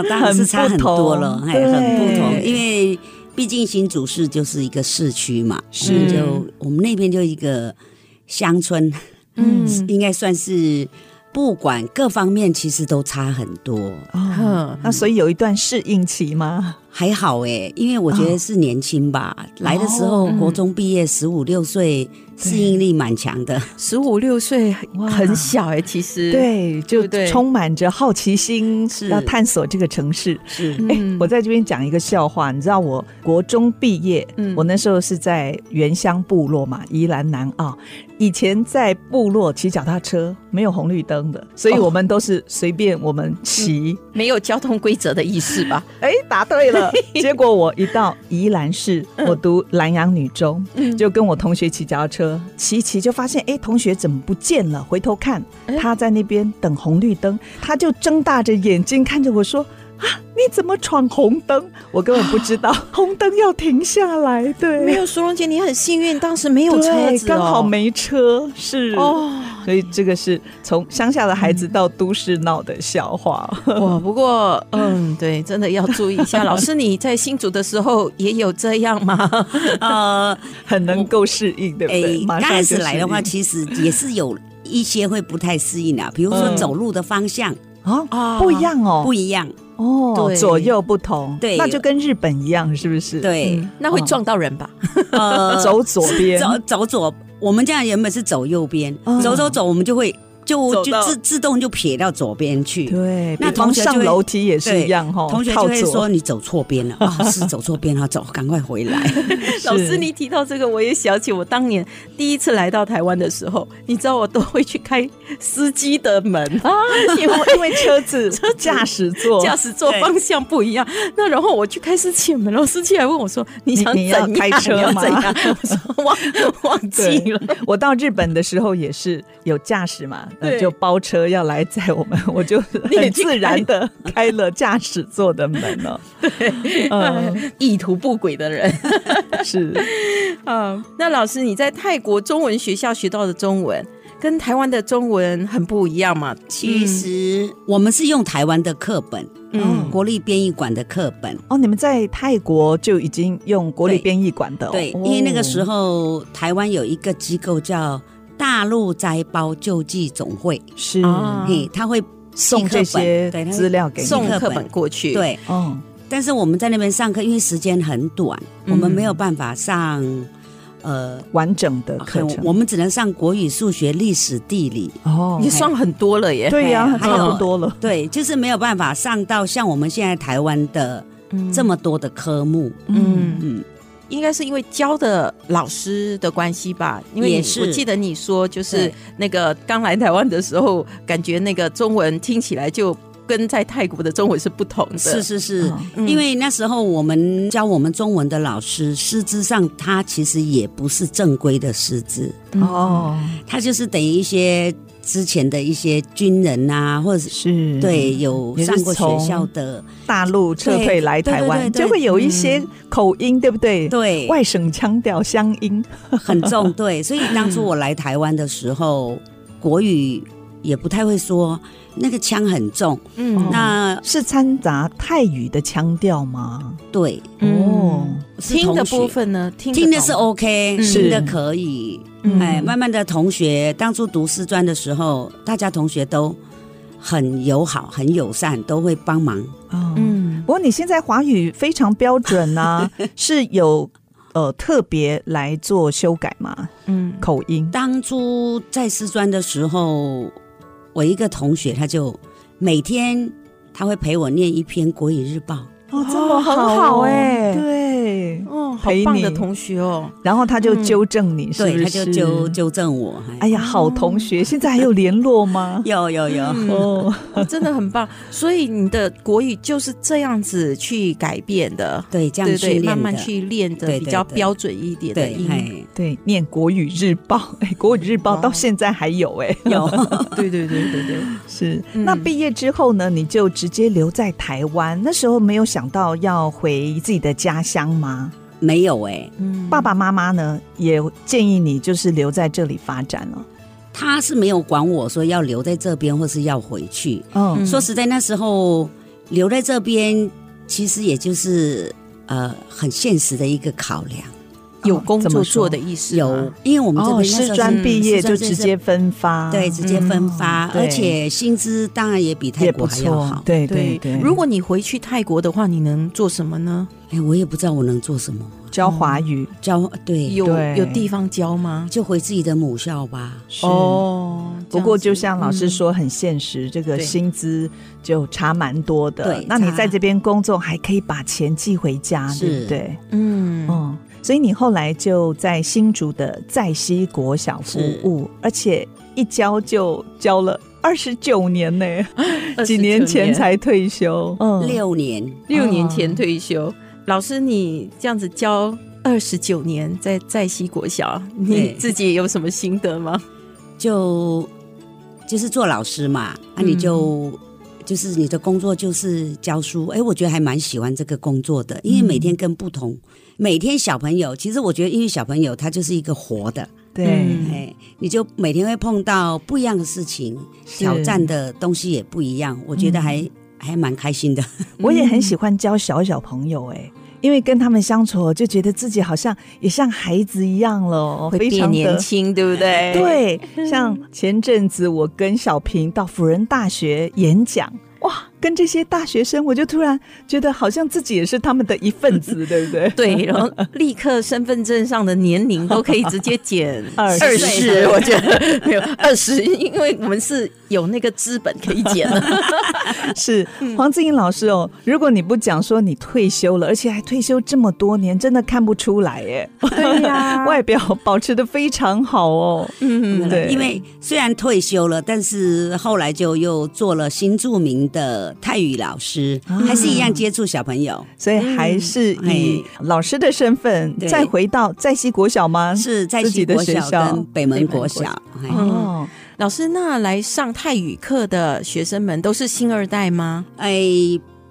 F: 当然是差很多了，
C: 很不
F: 哎，
C: 同
F: 很不同，
D: 对
F: 因为毕竟新竹市就是一个市区嘛，
C: 是
F: 我们就我们那边就一个乡村，
D: 嗯
F: 应该算是不管各方面其实都差很多，
D: 呵
C: 那所以有一段适应期吗？
F: 还好哎，因为我觉得是年轻吧，来的时候
D: 嗯
F: 国中毕业十五六岁，适应力蛮强的，
D: 十五六岁
C: 哇
D: 很小哎、其实，
C: 对，
D: 对
C: 就
D: 不对
C: 充满着好奇心，
F: 是
C: 要探索这个城市。
F: 是
C: 哎、
D: 嗯
C: 我在这边讲一个笑话，你知道我国中毕业，
D: 嗯
C: 我那时候是在原乡部落嘛，宜兰南澳。以前在部落骑脚踏车没有红绿灯的，所
D: 哦
C: 以我们都是随便我们骑。
D: 没有交通规则的意识吧？
C: 哎、答对了。结果我一到宜兰市，
D: 嗯
C: 我读南洋女中，就跟我同学骑脚踏车，骑一骑就发现，哎、同学怎么不见了？回头看，
D: 哎
C: 他在那边等红绿灯，他就睁大着眼睛看着我说。啊！你怎么闯红灯？我根本不知道，红灯要停下来。对，
D: 啊没有，苏荣姐，你很幸运，当时没有车
C: 对，
D: 子、哦，
C: 刚好没车，是
D: 哦。
C: 所以这个是从乡下的孩子到都市闹的笑话。
D: 哇，不过，嗯，对，真的要注意一 下。老师，你在新竹的时候也有这样吗？
F: 呃，哎
C: 很能够适应，对不对？
D: 哎
C: 马
F: 刚
C: 上
F: 开
C: 就
F: 始来
C: 适
F: 的话，
C: 应
F: 其实也是有一些会不太适应啊，比如说
C: 嗯
F: 走路的方向
C: 啊
D: 啊
C: 不一样哦，
F: 不一样，
C: 哦，
D: 对
C: 左右不同，
F: 对
C: 那就跟日本一样，是不是？，嗯啊
F: 对，
D: 嗯那会撞到人吧？
F: 呃，
C: 走左边，
F: 走走左，我们这样原本是走右边，
C: 嗯
F: 走走走，我们就会就
C: 走
F: 就
C: 到
F: 自自动就撇到左边去。
C: 对，
F: 那
C: 比方
F: 同学就
C: 上
F: 会
C: 楼梯也是一样哈，
F: 同学就
C: 靠
F: 会
C: 左
F: 说你走错边了 啊、是走错边了，走，赶快回来。
C: 嗯
D: 老师， 你提到这个，我也想起我当年第一次来到台湾的时候，你知道我都会去开司机的门，
C: 啊，因为因为 车子驾驶座
D: 驾驶座
F: 对
D: 方向不一样。那然后我去开司机的门，然后司机还问我说：“你想
C: 你
D: 怎
C: 你要
D: 样？
C: 开车
D: 你要
C: 吗
D: 怎样？”我说：“忘忘
C: 对
D: 记了。
C: 我到日本的时候也是有驾驶嘛，呃
D: 对
C: 就包车要来载我们， 我就很自然的开了驾驶座的门了。 对，嗯，
D: 意图不轨的人。”
C: 是。
D: 嗯，那老师，你在泰国中文学校学到的中文跟台湾的中文很不一样嘛？
F: 其实我们是用台湾的课本，
D: 嗯
F: 国立编译馆的课本。
C: 哦，你们在泰国就已经用国立
F: 对
C: 编译馆的哦、
F: 对，因为那个时
C: 候
F: 候台湾有一个机构叫大陆灾包救济总会，
C: 哦是
D: 啊
F: 嘿，他会
C: 送
F: 寄课
C: 这
F: 本
C: 些
F: 对他会
C: 资料给你。
D: 送
F: 课
D: 课
F: 本
D: 本过去，，
F: 对，
C: 哦，
F: 但是我们在那边上课，因为时间很短，
D: 嗯
F: 我们没有办法上，呃，
C: 完整的课
F: 哦很
C: 程
F: 我们只能上国语、数学、历史、地理。
C: 哦
D: 你，算很多了耶，
C: 对呀，
F: 还有
C: 差不多了。
F: 对，就是没有办法上到像我们现在台湾的
D: 嗯
F: 这么多的科目。
D: 嗯
F: 嗯，
D: 应该是因为教的老师的关系吧，因为你
F: 也是
D: 我记得你说，就是
F: 对
D: 那个刚来台湾的时候，感觉那个中文听起来就跟在泰国的中文是不同的，
F: 是是是。
C: 嗯
D: 嗯
F: 因为那时候我们教我们中文的老师，师资上他其实也不是正规的师资，
C: 哦，
F: 他就是等于一些之前的一些军人啊，或者是
D: 嗯
C: 是，
F: 对有
C: 也是
F: 上过学
C: 从
F: 校的，
C: 大陆撤退来台湾，
F: 对对对对
C: 就会有一些口音，对不对？
F: 对，
C: 外省腔调、乡音，
F: 很 重，对。所以当初我来台湾的时候，国语也不太会说，那个腔很重。
D: 嗯
F: 那
C: 是掺杂泰语的腔调吗？
F: 对，
D: 嗯
C: 哦，
F: 是
D: 听的
F: 同学
D: 部分呢，听
F: 听的
D: 懂
F: 是哦 OK，
D: 嗯
F: 听的可以。
D: 嗯
F: 哎，慢慢的同学，当初读师专的时候，大家同学都很友好、很友善，都会帮忙。
C: 哦，
D: 嗯
C: 不过你现在华语非常标准呐、是有呃特别来做修改吗？
D: 嗯
C: 口音
F: 当初在师专的时候，我一个同学他就每天他会陪我念一篇《国语日报》，
C: 哦，
D: 这么好哦
C: 对。
D: 哦，好
C: 陪
D: 棒
C: 你
D: 的同学哦，
C: 然后他就
D: 嗯
C: 纠正你，是不
F: 对，
C: 是？
F: 他就纠。纠正我。哎？
C: 哎呀，好同学，现在还有联络吗
F: 有有有，
D: 嗯
C: 哦，
D: 哦真的很 棒。所以你的国语就是这样子去改变的，
F: 对，这样
D: 对
F: 训
D: 对，
F: 练的
D: 慢慢去练的
F: 对
D: 比
F: 对
D: 较
F: 对
D: 标准一点的
F: 对，
D: 音，
F: 哎，
C: 对，念国语日报， 哎，国语日报
D: 哇
C: 到现在还有哎、
F: 有
D: 对对对对 对，
C: 是。
D: 嗯
C: 那毕业之后呢，你就直接留在台湾，那时候没有想到要回自己的家乡吗？
F: 没有？哎，
D: 嗯
C: 爸爸妈妈呢也建议你就是留在这里发展哦了。
F: 他是没有管我说要留在这边或是要回去。
C: 嗯
D: 嗯
F: 说实在，那时候留在这边，其实也就是呃很现实的一个考量。
D: 有工
C: 怎
D: 作
C: 么说
D: 做的意思吗
F: 有，因为我们这
C: 哦，
F: 边那时候
C: 师
F: 是
C: 专
D: 嗯
C: 毕业
F: 师
C: 就
F: 专
C: 直接分发，
F: 对直接分发
C: 嗯，对
F: 而且薪资当然也比泰
C: 也
F: 国
C: 不
F: 还要
C: 错
F: 好，。
C: 对
D: 对
C: 对对。
D: 如果你回去泰国的话，你能做什么呢？
F: 哎，我也不知道我能做什么，
C: 教华语
F: 教对，
D: 有
C: 对
D: 有地方教吗？
F: 就回自己的母校吧。
C: 哦。不过，就像老
D: 师，
C: 师说，很现实，这个
D: 嗯对
C: 薪资就差蛮多的
F: 对。
C: 那你
F: 差
C: 在这边工作，还可以把钱寄回家，对
F: 是
C: 不对？
D: 嗯嗯
C: 嗯，所以你后来就在新竹的在西国小服务，而且一教就教了二十九年呢，几年前才退休。嗯，
F: 六年，
D: 六年前退休。老师，你这样子教二十九年，在在西国小，你
F: 对
D: 自己有什么心得吗？
F: 就就是做老师嘛，那、你就、
D: 嗯
F: 就是你的工作就是教书。哎，我觉得还蛮喜欢这个工作的，
D: 嗯
F: 因为每天跟不同，每天小朋友，其实我觉得因为小朋友他就是一个活的，
C: 对，
D: 嗯
F: 哎、你就每天会碰到不一样的事情，挑战的东西也不一样，我觉
D: 嗯
F: 得还、还蛮开心的。
C: 我也很喜欢教小小朋友哎、因为跟他们相处，就觉得自己好像也像孩子一样了哦，
D: 会
C: 非
D: 变
C: 常
D: 年
C: 的。
D: 轻，对不对？，
C: 对，像前阵子我跟小平到辅仁大学演讲，哇，跟这些大学生，我就突然觉得好像自己也是他们的一份子，对不对？
D: 对， 然后立刻身份证上的年龄都可以直接减
C: 二
D: 二
F: 十
D: 十，我觉得没有二十，因为我们是有那个资本可以减的。
C: 是黄志颖老师哦，如果你不讲说你退休了，而且还退休这么多年，真的看不出来耶。
D: 对呀
C: 外表保持的非常好哦。
D: 嗯，
C: 对
F: 因为虽然退休了，但是后来就又做了新著名的泰语老师，
D: 啊
F: 还是一样接触小朋友。
C: 所以还是
F: 嗯
C: 以老师的身份
F: 对
C: 再回到在西国小吗？
F: 是在西国小跟北门国小，哎
C: 哦，
D: 老师，那来上泰语课的学生们都是星二代吗？
F: 哎，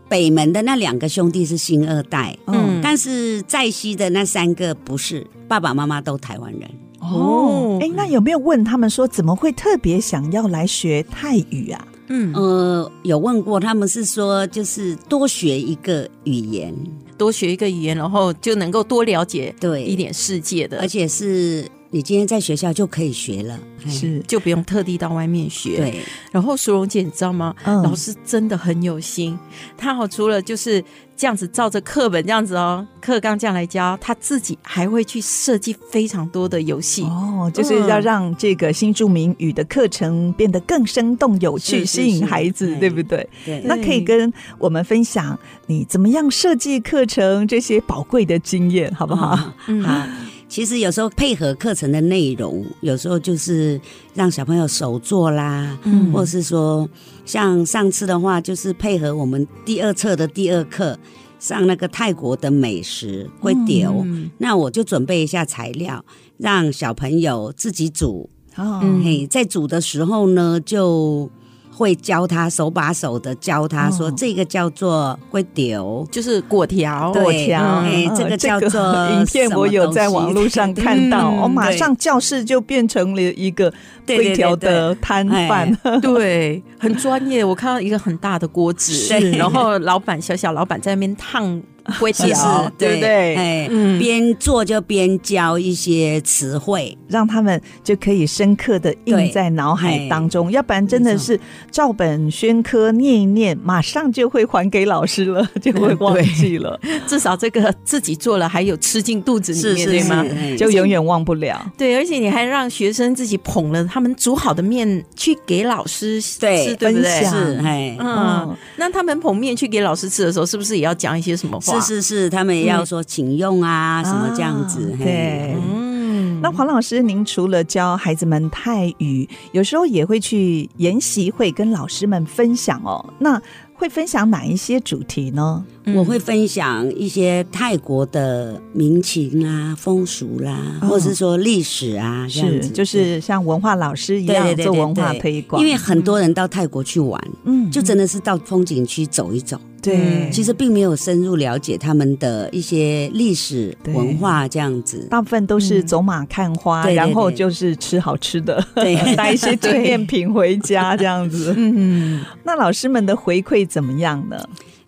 F: 北门的那两个兄弟是星二代，
C: 嗯
F: 但是在西的那三个不是，爸爸妈妈都台湾人。
C: 哦，
F: 嗯
C: 哎，那有没有问他们说怎么会特别想要来学泰语啊？
D: 嗯，
F: 呃，有问过他们是说，就是多学一个语言，
D: 多学一个语言，然后就能够多了解
F: 对嗯
D: 一点世界的，
F: 而且是你今天在学校就可以学了，哎
C: 是
D: 就不用特地到外面学。。
F: 对，
D: 然后苏荣姐，你知道吗？
C: 嗯
D: 老师真的很有心，他好除了就是这样子照着课本这样子哦，课纲这样来教，他自己还会去设计非常多的游戏。
C: 哦，就是要
D: 嗯
C: 让这个新著名语的课程变得更生动有趣，
F: 是是
C: 吸引
F: 是
C: 孩子，
F: 哎
C: 对不对？
F: 对
C: 那可以跟我们分享你怎么样设计课程这些宝贵的经验，好不好？
F: 啊
D: 嗯
F: 好，其实有时候配合课程的内容，有时候就是让小朋友手做啦，
D: 嗯
F: 或是说像上次的话，就是配合我们第二册的第二课上那个泰国的美食龟丢，
D: 嗯
F: 那我就准备一下材料，让小朋友自己煮。
C: 哦
D: 嗯
F: 嘿，在煮的时候呢，就。会教他手把手的教他说，
C: 哦
F: 这个叫做龟丢，
D: 就是果条，
F: 对
C: 果条，
D: 嗯
F: 哎
C: 嗯
F: 这个叫做
C: 影片，我有在网络上看到，
D: 嗯
C: 哦，马
F: 对
C: 上教室就变成了一个
F: 对哎
C: 规
F: 对
C: 条
F: 对
C: 的摊贩，
D: 对，很专业。我看到一个很大的锅子
F: 是，
D: 然后老板小小老板在那边烫龟
F: 其实
D: 条，
C: 对不对
F: 哎，
D: 嗯
F: 边做就边教一些词汇，
C: 让他们就可以深刻的印
F: 对
C: 在脑海
F: 哎
C: 当中，要不然真的
F: 没错
C: 是照本宣科念一念，马上就会还给老师了， 就会
F: 嗯
C: 忘记 了，
D: 至少这个自己做了，还有吃进肚子里
F: 是
D: 面，
F: 是
D: 对
F: 是
D: 吗？，
F: 哎
C: 就永远忘不了。
D: 对，而且你还让学生自己捧了他们煮好的面去给老师吃，
F: 对
D: 对不对
C: 分？享
F: 是哎。
D: 嗯
C: 嗯，
D: 那他们捧面去给老师吃的时候，是不是也要讲一些什么话？
F: 是，是是，他们也要说请用啊，什么这样子
C: 啊。
F: 嘿
C: 对
D: 嗯，
C: 那黄老师，您除了教孩子们泰语，有时候也会去研习会跟老师们分享哦。那会分享哪一些主题呢？
D: 嗯
F: 我会分享一些泰国的民情啊、风俗啦，
C: 哦
F: 或是说历史啊，这样
C: 是，
F: 子。
C: 就是像文化老师一
F: 对
C: 样
F: 对对
C: 做
F: 对
C: 文化
F: 对
C: 推广，
F: 因为很多人到泰国去玩，
C: 嗯
F: 就真的是到风景区走一走，
C: 对，
D: 嗯
F: 其实并没有深入了解他们的一些历史
C: 对
F: 文化这样子。
C: 大部分都是
D: 嗯
C: 走马看花，
F: 对对
C: 然后
F: 对
C: 就是吃好吃的，
F: 对
C: 带一些纪念品回家这样子。
D: 嗯，
C: 那老师们的回馈怎么样呢？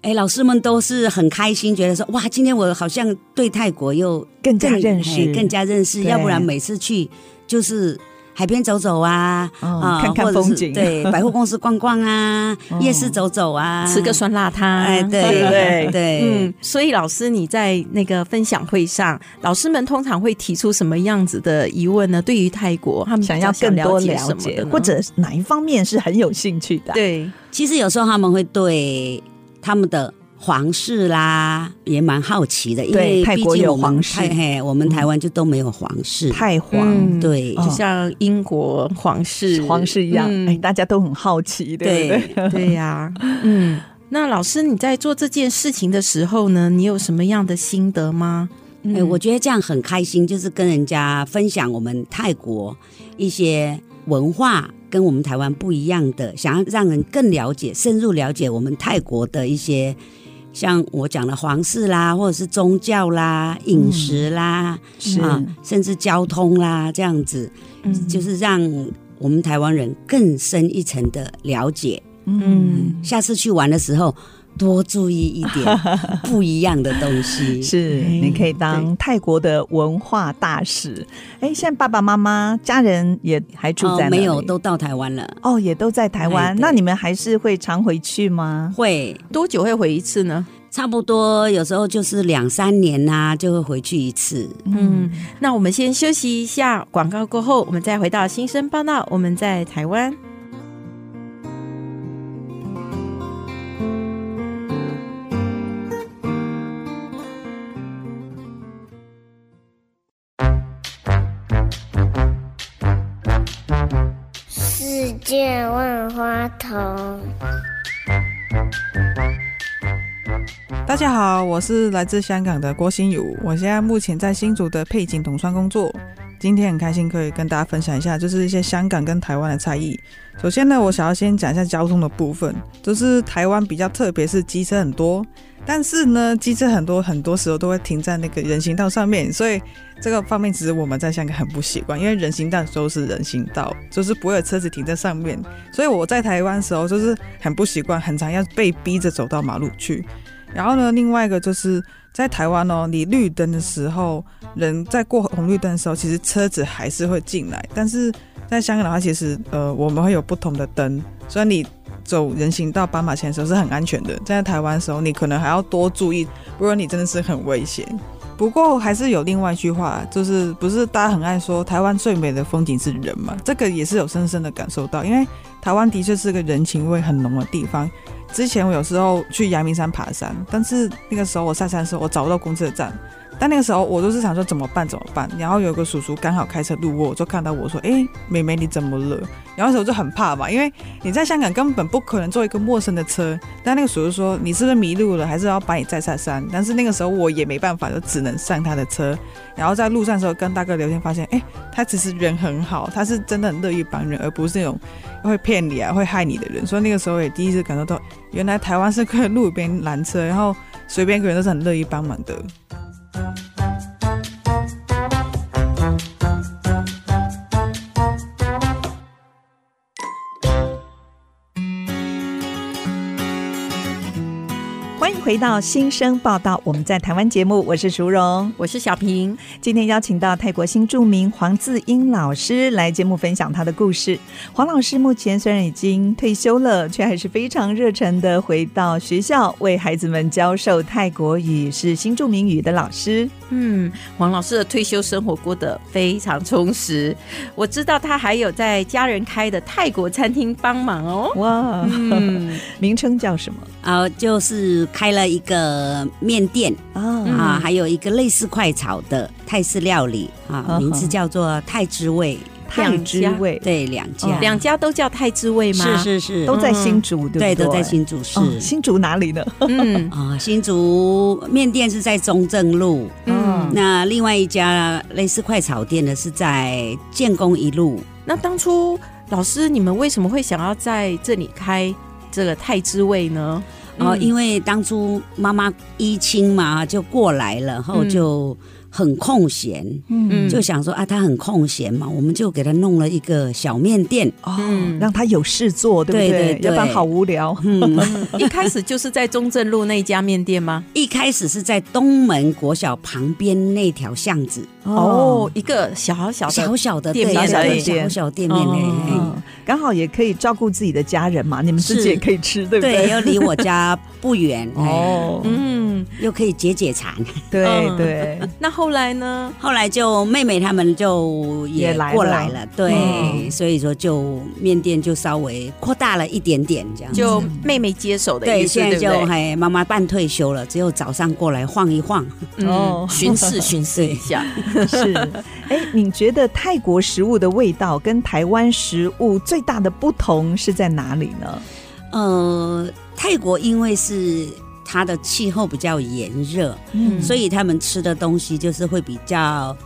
F: 哎，老师们都是很开心，觉得说哇，今天我好像对泰国又
C: 更加认
F: 哎
C: 识，
F: 更加认识。
C: 对
F: 要不然每次去就是海边走走啊，
C: 嗯
F: 啊
C: 看看
F: 或者是
C: 风景
F: 对，百货公司逛逛啊
C: 哦，
F: 夜市走走啊，
D: 吃个酸辣汤，
F: 哎，对
C: 对
F: 对对
D: 嗯，，所以老师你在那个分享会上，老师们通常会提出什么样子的疑问呢？对于泰国，他们比较
C: 想要更多
D: 了解
C: 了
D: 什么的
C: 解，
D: 呢
C: 或者哪一方面是很有兴趣的啊？
D: 对，
F: 其实有时候他们会对他们的。皇室啦，也蛮好奇的，因
C: 对
F: 为
C: 泰
F: 毕
C: 国
F: 竟
C: 有
F: 我们
C: 皇室
F: 泰嘿，我们台湾就都没有皇室，
C: 太皇。
D: 嗯
F: 对
C: 哦
D: 就像英国皇室，
C: 皇室一样，
D: 嗯
C: 哎，大家都很好奇，对不对？
D: 对呀、嗯。那老师，你在做这件事情的时候呢，你有什么样的心得吗？
F: 哎、
D: 嗯
F: 我觉得这样很开心，就是跟人家分享我们泰国一些文化跟我们台湾不一样的，想要让人更了解、深入了解我们泰国的一些，像我讲的皇室啦，或者是宗教啦、饮食啦，
C: 嗯是嗯
F: 啊，甚至交通啦，这样子，就是让我们台湾人更深一层的了解。
C: 嗯，
F: 下次去玩的时候，多注意一 点不一样的东西。
C: 是，
D: 哎
C: 你可以当泰国的文化大使。哎，现在爸爸妈妈、家人也还住在
F: 哦
C: 那里
F: 没有，都到台湾了。
C: 哦，也都在台
F: 哎
C: 湾。
F: 对
C: 那你们还是会常回去吗？
F: 会，
D: 多久会回一次呢？
F: 差不多有时候就是两三年呐、就会回去一次。
D: 嗯，那我们先休息一下，广告过后，我们再回到新生报道。我们在台湾，
G: 世界万花筒。
H: 大家好，我是来自香港的郭新友，我现在目前在新竹的配景统川工作。今天很开心可以跟大家分享一下，就是一些香港跟台湾的差异。首先呢，我想要先讲一下交通的部分，就是台湾比较特别是机车很多，但是呢，机车很多很多时候都会停在那个人行道上面，所以这个方面其实我们在香港很不习惯，因为人行道都是人行道，就是不会有车子停在上面，所以我在台湾的时候就是很不习惯，很常要被逼着走到马路去。然后呢，另外一个就是在台湾哦，你绿灯的时候，人在过红绿灯的时候，其实车子还是会进来，但是在香港的话，其实呃，我们会有不同的灯，所以你走人行道、斑马线的时候是很安全的。在台湾的时候，你可能还要多注意，不然你真的是很危险。不过还是有另外一句话，就是不是大家很爱说台湾最美的风景是人嘛？这个也是有深深的感受到，因为台湾的确是个人情味很浓的地方。之前我有时候去阳明山爬山，但是那个时候我下山的时候，我找不到公车站。但那个时候我就是想说怎么办怎么办，然后有个叔叔刚好开车路过，我就看到我说：“哎、妹妹你怎么了？”然后那时候我就很怕嘛，因为你在香港根本不可能坐一个陌生的车。但那个叔叔说：“你是不是迷路了？还是要把你载下山？”但是那个时候我也没办法，就只能上他的车。然后在路上的时候跟大哥聊天，发现哎、他其实人很好，他是真的很乐于帮人，而不是那种会骗你啊、会害你的人。所以那个时候也第一次感受到，原来台湾是可以路边拦车，然后随便一个人都是很乐意帮忙的。
C: 欢迎回到新生报道，我们在台湾节目，我是淑荣。
D: 我是小平，
C: 今天邀请到泰国新著名黄自英老师来节目分享他的故事。黄老师目前虽然已经退休了，却还是非常热忱的回到学校为孩子们教授泰国语，是新著名语的老师。
D: 嗯，黄老师的退休生活过得非常充实。我知道他还有在家人开的泰国餐厅帮忙哦。
C: 哇，
D: 嗯，
C: 名称叫什么
F: 啊、就是开了一个面店
C: 啊？
F: 啊，还有一个类似快炒的泰式料理
C: 嗯
F: 啊，
C: 哼
F: 名字叫做泰之味。
C: 太之味
F: 对，两
C: 哦
F: 家，
D: 两家都叫泰之味吗？
F: 是，是是，
C: 都在新竹，对不
F: 对，
C: 对，
F: 都在新竹市。
C: 哦，新竹哪里呢？
D: 嗯
F: 啊，新竹面店是在中正路，
D: 嗯。
F: 那另外一家类似快炒店的是在建工一路。
D: 那当初老师你们为什么会想要在这里开这个泰之味呢？
F: 哦，
D: 嗯
F: 因为当初妈妈一亲嘛就过来了，后
D: 嗯
F: 就很空闲，
D: 嗯
F: 就想说啊，她很空闲嘛，我们就给她弄了一个小面店。
C: 哦
D: 嗯，
C: 让他有事做，对不
F: 对对
C: 要
F: 对
C: 不然好无聊。
F: 嗯，
D: 一开始就是在中正路那一家面店吗？
F: 一开始是在东门国小旁边那条巷子，
D: 哦，一个小小的
F: 小小的
D: 店面
F: 对小
D: 而已
F: 小小小店面哎
D: 哦
F: 嘞。嘿
C: 嗯，刚好也可以照顾自己的家人嘛，你们自己
F: 是
C: 也可以吃，对不
F: 对，
C: 对？
F: 又离我家不远，哦，
C: 哦，
D: 嗯，
F: 又可以解解馋。
C: 对
D: 嗯
C: 对，
D: 那后来呢？
F: 后来就妹妹他们就
C: 也
F: 也
C: 来
F: 过
C: 了
F: 来了，对，
C: 嗯
F: 所以说就面店就稍微扩大了一点点这样子。
D: 就妹妹接手的
F: 嗯对，
D: 意思，
F: 现在
D: 对
F: 就
D: 不对？
F: 还妈妈半退休了，只有早上过来晃一晃。
C: 哦
D: 嗯，巡视巡视一下，
C: 是，哎，你觉得泰国食物的味道跟台湾食物最大的不同是在哪里呢？
F: 呃，泰国因为是它的气候比较炎热，
D: 嗯
F: 所以他们吃的东西就是会比较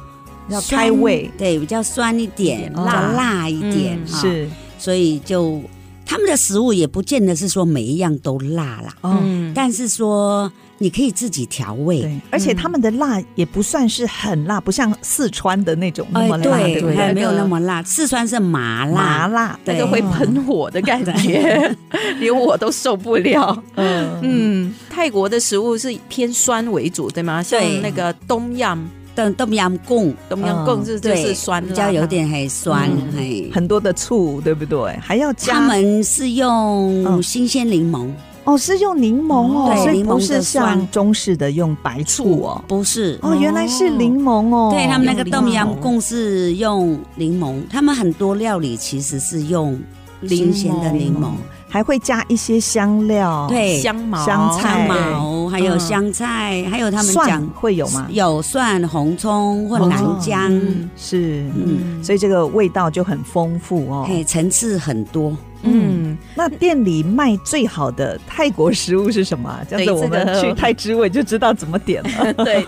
C: 要
F: 酸
C: 开胃，
F: 对，比较酸一点，
D: 一点
F: 辣
C: 辣
F: 辣一点，
D: 嗯
F: 哈，
C: 是，
F: 所以就他们的食物也不见得是说每一样都辣啦。
D: 啊
C: 嗯，
F: 但是说你可以自己调味。
C: 对，而且他们的辣也不算是很辣，不像四川的那种那么辣，
F: 哎对
C: 不
D: 对
F: 还
C: 对？
F: 没有那么辣。四川是麻
C: 麻
F: 辣，
C: 辣，
D: 那
F: 对
D: 个会喷火的感觉， 连我都受不了。
C: 嗯，
D: 嗯，泰国的食物是偏酸为主，对吗？像
F: 对
D: 那个东阳，
F: 但豆芽贡
D: 东阳贡是就
F: 对
D: 是酸辣
F: 比较有点还酸
C: 嗯，
F: 嘿。
C: 很多的醋，对不对？还要加
F: 他们是用
C: 嗯
F: 新鲜柠檬，
C: 哦，是用柠檬哦，
F: 嗯对
C: 所以
F: 柠檬
C: 不
F: 的
C: 是像
F: 酸
C: 中式的用白醋哦。
F: 不是。
C: 哦，原来是柠檬哦，
F: 对他们那个
C: 用柠
F: 豆芽
C: 檬
F: 贡是用柠檬，他们很多料理其实是用新鲜的柠檬，
C: 还会加一些香料，，
F: 对，
D: 香茅、
C: 哦香菜
F: 香茅，还有香菜，还有他们
C: 蒜
F: 讲
C: 会有吗？
F: 有蒜、红葱或南
C: 哦
F: 姜，
D: 嗯
C: 是，
F: 嗯，
C: 所以这个味道就很丰富哦。
F: 嘿，层次很多。
D: 嗯，
C: 那店里卖最好的泰国食物是什么啊？这样子
D: 对
C: 我们
D: 这个
C: 去泰之味就知道怎么点了。
D: 对，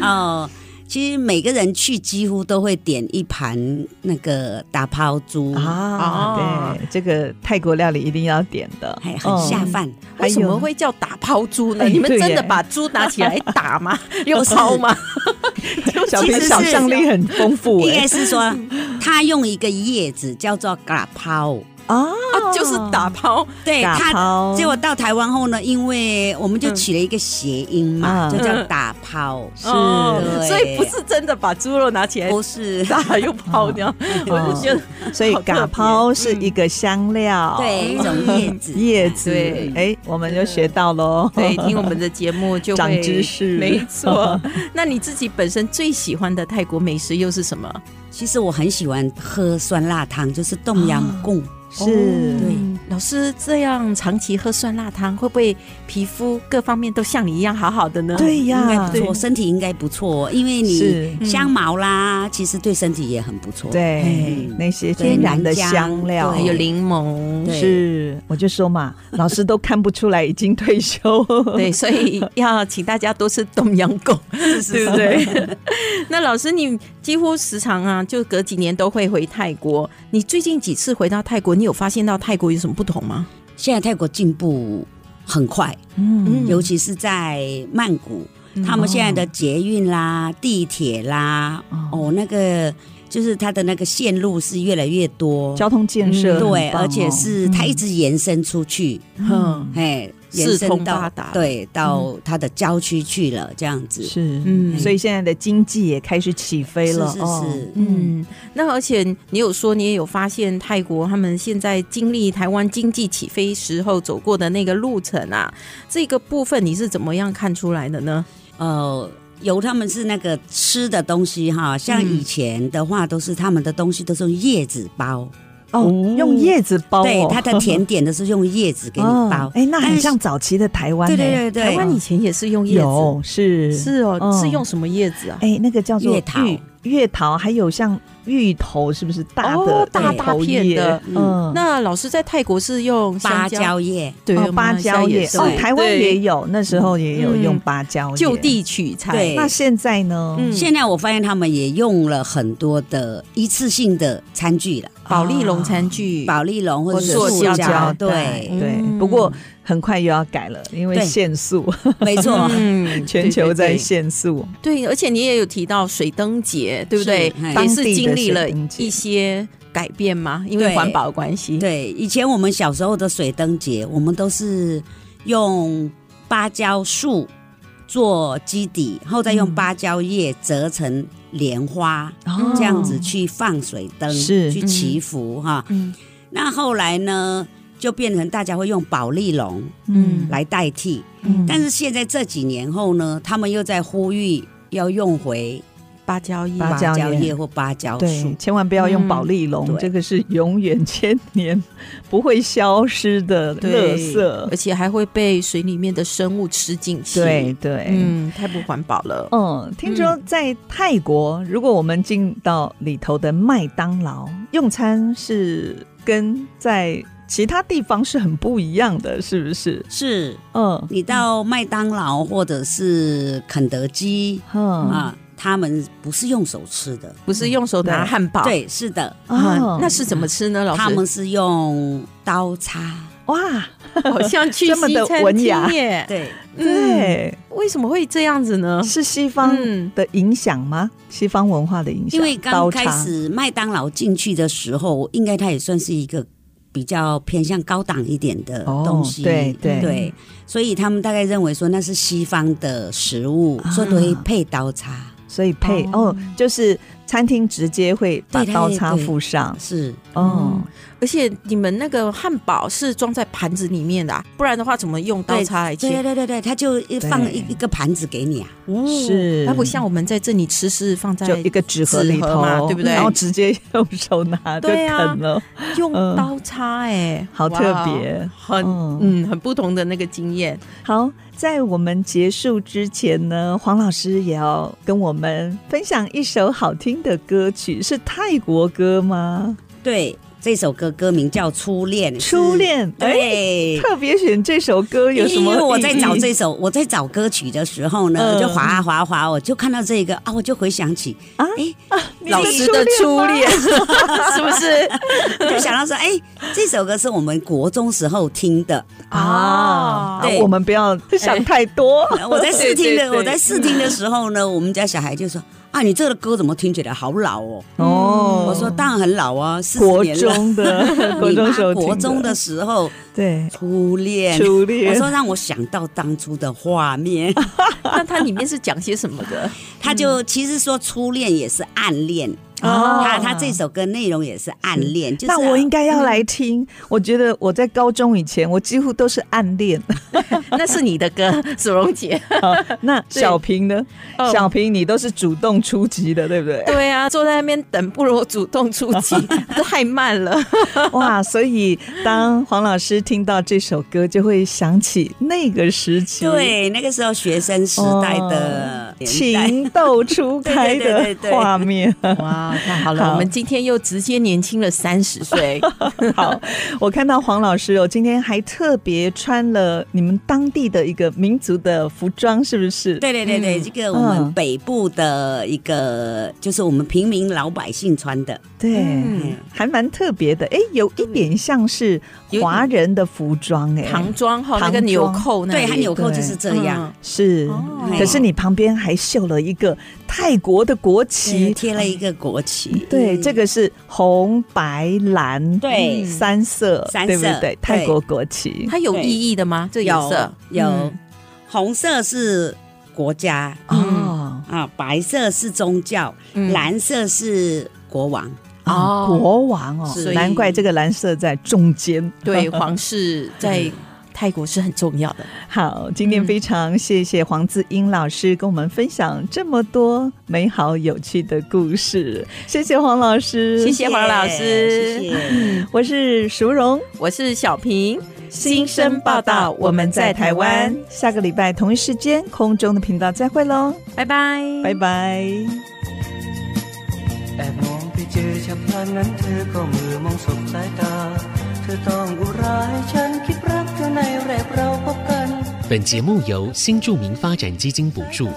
F: 哦，其实每个人去几乎都会点一盘那个打抛猪 啊，
C: 啊，
D: 哦
C: 对，这个泰国料理一定要点的，
F: 还很下
C: 嗯。
F: 饭。
C: 还
D: 为
C: 有
D: 什么会叫打抛猪呢？
C: 哎
D: 你们
C: 对耶
D: 真的把猪拿起来打 吗？用抛吗？
C: 小
F: 其
C: 平
F: 实
C: 想
F: 是
C: 象力很丰富
F: 应该
C: 哎
F: 是说，他用一个叶子叫做嘎抛，
C: 啊，
D: 啊，就是打包，
F: 对
C: 打
F: 他
C: 抛
F: 结果到台湾后呢，因为我们就
D: 嗯
F: 起了一个谐音嘛，
C: 啊
F: 就叫打抛，
D: 哦
A: 嗯
F: 对
D: 所以不是真的把猪肉拿起来
F: 不是？
D: 打又泡 掉，我就觉得
C: 所以
D: 好特别
C: 嘎抛是一个香料，。
F: 嗯对，一种叶子
C: 叶子
D: 对，
C: 哎，我们就学到喽。
D: 对，听我们的节目就会
C: 长知识
D: 没 错。 那你自己本身最喜欢的泰国美食又是什么？
F: 其实我很喜欢喝酸辣汤，就是冻阳贡。
C: 是，
F: 对
D: 嗯老师这样长期喝酸辣汤，会不会皮肤各方面都像你一样好好的呢？
C: 啊对
F: 应该
C: 呀
F: 不，错，身体应该不错哦，因为你
C: 是，
F: 香茅啦，其实对身体也很不错。
C: 对
F: 嗯，
C: 那些
F: 对
C: 天然的
F: 南姜
C: 香料，
D: 还有柠檬，
F: 对
C: 是，我就说嘛，老师都看不出来已经退休。
D: 对，所以要请大家多吃东阳狗，对不对？ 那老师，你几乎时常啊，就隔几年都会回泰国。你最近几次回到泰国，你有发现到泰国有什么不同吗？
F: 现在泰国进步很快，
C: 嗯，哦
F: 尤其是在曼谷，他们现在的捷运啦、地铁啦，哦，那个就是它的那个线路是越来越多，
C: 交通建设很棒哦、
F: 嗯对，而且是它一直延伸出去，
D: 嗯
F: 哎，延
D: 四
F: 伸
D: 通
F: 到
D: 八达
F: 对到它的郊区去了，这样子。
C: 嗯是，
D: 嗯
C: 所以现在的经济也开始起飞
F: 是
C: 了，
F: 是是，
C: 哦
D: 嗯，那而且你有说你也有发现泰国他们现在经历台湾经济起飞时候走过的那个路程啊，这个部分你是怎么样看出来的呢？
F: 呃，由他们是那个吃的东西哈，
C: 嗯
F: 像以前的话都是他们的东西都是用叶子包，
C: 哦，用叶子包、哦，
F: 对，它的甜点都是用叶子给你包
C: 哦。哎、那
F: 但
C: 很
F: 是
C: 像早期的台湾、
F: 对
C: 欸，
F: 对对对，
D: 台湾以前也是用叶子，
C: 有是
D: 是哦，
C: 嗯
D: 是用什么叶子啊？
C: 哎、那个叫做
F: 月桃
C: 芋月桃，还有像芋头，是不是大的、
D: 哦大
C: 芋
D: 大
C: 头
D: 片
C: 叶
D: 的
C: 嗯，
D: 那老师在泰国是用香
F: 芭蕉叶，
D: 对
C: 哦、芭蕉叶
F: 是
C: 哦，
F: 对
C: 台湾也有，那时候也有
D: 嗯
C: 用芭蕉叶，
D: 就。地取材
F: 对。
C: 那现在呢？
D: 嗯
F: 现在我发现他们也用了很多的一次性的餐具了，
D: 保利龙餐具，
F: 保丽龙或者
D: 嗯
F: 是
D: 或
F: 塑
D: 塑
F: 胶，
D: 胶
C: 对
F: 对，
C: 对
D: 嗯，
C: 不过很快又要改了，因为
F: 对
C: 限速，
F: 没错。
D: 嗯
C: 全球在
D: 对对对
C: 限速。
D: 对，而且你也有提到水灯节，对不对
F: 是嘿？
D: 也
C: 哎当
D: 是
C: 地的
D: 经历了
C: 水灯节
D: 一些改变嘛，因为
F: 对
D: 环保的关系。
F: 对，以前我们小时候的水灯节，我们都是用芭蕉树做基底，然后再用芭蕉叶折成莲花，
C: 哦
F: 这样子去放水灯，
C: 是
F: 去祈福哈。
D: 嗯
F: 那后来呢，就变成大家会用保丽龙
D: 嗯
F: 来代替，
C: 嗯
F: 但是现在这几年后呢，他们又在呼吁要用回
D: 芭蕉叶，
C: 芭
F: 芭
C: 蕉叶
F: 蕉叶或芭蕉
C: 对
F: 树，。
C: 千万不要用保丽
F: 嗯
C: 龙，
F: 对
C: 这个是永远千年不会消失的垃
D: 而
C: 圾。
D: 且还会被水里面的生物吃进去。
C: 对，对，
D: 嗯，太不环保了。
C: 嗯，听说在泰国，如果我们进到里头的麦当劳用餐是跟在其他地方是很不一样的，是不是？
F: 是
C: 嗯
F: 你到麦当劳或者是肯德基、
C: 嗯
F: 啊，他们不是用手吃的，
D: 不是用手拿
C: 对
D: 汉堡，
F: 对，是的，
D: 啊
C: 哦，
D: 那是怎么吃呢？老师，
F: 他们是用刀叉，
C: 哇，
D: 好像去
C: 这么
D: 西
C: 的
D: 餐
C: 文
D: 厅
C: 雅
D: 耶。
F: 对，
D: 嗯，
C: 对，
D: 为什么会这样子呢？
C: 是西方
D: 嗯
C: 的影响吗？西方文化的影响，
F: 因为刚
C: 刀
F: 开
C: 叉
F: 始麦当劳进去的时候，应该它也算是一个比较偏向高档一点的
C: 哦
F: 东西，嗯
C: 对对
F: 对，所以他们大概认为说那是西方的食物，
C: 啊
F: 所以都会配刀叉，
C: 所以配哦就是餐厅直接会把
F: 对它
C: 刀
F: 也
C: 叉
F: 对
C: 附上，
F: 是
C: 哦，
D: 而且你们那个汉堡是装在盘子里面的、啊，不然的话怎么用刀叉来
F: 对对
D: 切？
F: 对对对，他就一放一一个盘子给你啊，
C: 是
D: 嗯它不像我们在这里吃是放在
C: 就一个纸盒
D: 纸
C: 里
D: 盒嘛
C: 头，
D: 对不对
C: 然后直接用手拿 就
D: 对啊
C: 啃了，
D: 用
C: 嗯
D: 刀叉、哎、
C: 好
D: 哇
C: 特别
D: 很
C: 嗯
D: 嗯很不同的那个经验。
C: 好，在我们结束之前呢，黄老师也要跟我们分享一首好听的歌曲，是泰国歌吗？
F: 对，这首歌歌名叫《初恋》。
C: 初恋，哎，
F: 对。
C: 特别选这首歌有什
F: 因
C: 么意义？
F: 为我在找这首，我在找歌曲的时候呢，
C: 嗯
F: 就划啊划啊划，我就看到这个啊，我就回想起
C: 啊
F: 啊，哎，
C: 你
D: 老师的初恋是不是？
F: 我 就想到说，哎，这首歌是我们国中时候听 的，
C: 啊，
F: 对
C: 我们不要想太多。
F: 我在试听
D: 对对
F: 的，
D: 对
F: 我在试听的时候呢，我们家小孩就说啊，你这个歌怎么听起来好老哦？
C: 哦，
F: 我说当然很老啊，四十
C: 国
F: 年了。
C: 中的国
F: 你
C: 中
F: 妈
C: 时候听
F: 国中的时候
C: 对
F: 初恋，
C: 初
F: 我
C: 恋，
F: 说让我想到当初的画 面。
D: 那它里面是讲些什么的？
F: 他就其实说初恋也是暗恋，
C: 哦
F: 他他这首歌内容也是暗恋，就是
C: 那我应该要来听。我觉得我在高中以前，我几乎都是暗恋。
D: 那是你的歌， 苏荣姐。
F: 嗯
C: 那小平呢？
D: 哦
C: 小平，你都是主动出击的，对不对？
D: 对啊，坐在那边等，不如我主动出 击，太慢了。
C: 哇，所以当黄老师听到这首歌，就会想起那个时期，，
F: 对那个时候学生时代
C: 哦
F: 的年代。
C: 情窦初开的
F: 对对对对对
C: 画面。
D: 哇，太好了！
C: 好
D: 我们今天又直接年轻了三十岁，
C: 好，我看到黄老师哦，今天还特别穿了你们当地的一个民族的服装，是不是？
F: 对对对对，
D: 嗯
F: 这个我们
C: 嗯
F: 北部的一个，就是我们平民老百姓穿的，
C: 对，
D: 嗯
C: 还蛮特别的。哎，有一点像是华人的服装，哎，
D: 唐装哈，
C: 唐
D: 那个纽扣那里，
F: 对，它纽扣
C: 对
F: 就是这样，
C: 是，
D: 哦
C: 可是你旁边还绣了一个泰国的国
F: 对
D: 嗯
C: 旗。嗯
F: 贴了一个国旗。
C: 对，
F: 嗯
C: 这个是红白蓝
F: 对
C: 嗯三色，
F: 三
C: 对不
F: 色
C: 对
F: 对？
C: 泰国国旗
D: 嗯，它有意义的吗？这个颜
F: 有
D: 色
F: 有
D: 嗯
F: 红色是国家
C: 哦
F: 啊，白色是宗教，
D: 嗯
F: 蓝色是国王。
C: 啊，
D: 哦
C: 国王哦
D: 所，以
C: 难怪这个蓝色在中间。
D: 对皇室在泰国是很重要的。
C: 好，今天
D: 嗯
C: 非常谢谢黄自英老师跟我们分享这么多美好有趣的故事，谢谢黄老师，
D: 谢谢黄老师
F: 谢谢。
C: 我是淑荣，
D: 我是小平，新生报道，我们在台湾，，
C: 下个礼拜同一时间空中的频道再会喽，
D: 拜拜，
C: 拜拜。
I: แอบมองไปเจอฉับพลันนั้นเธอก็มือมองสบสายตา เธอต้องอุร้ายฉันคิดรักเธอในแรกเราพบกัน
J: 本节目由新著名发展基金补助，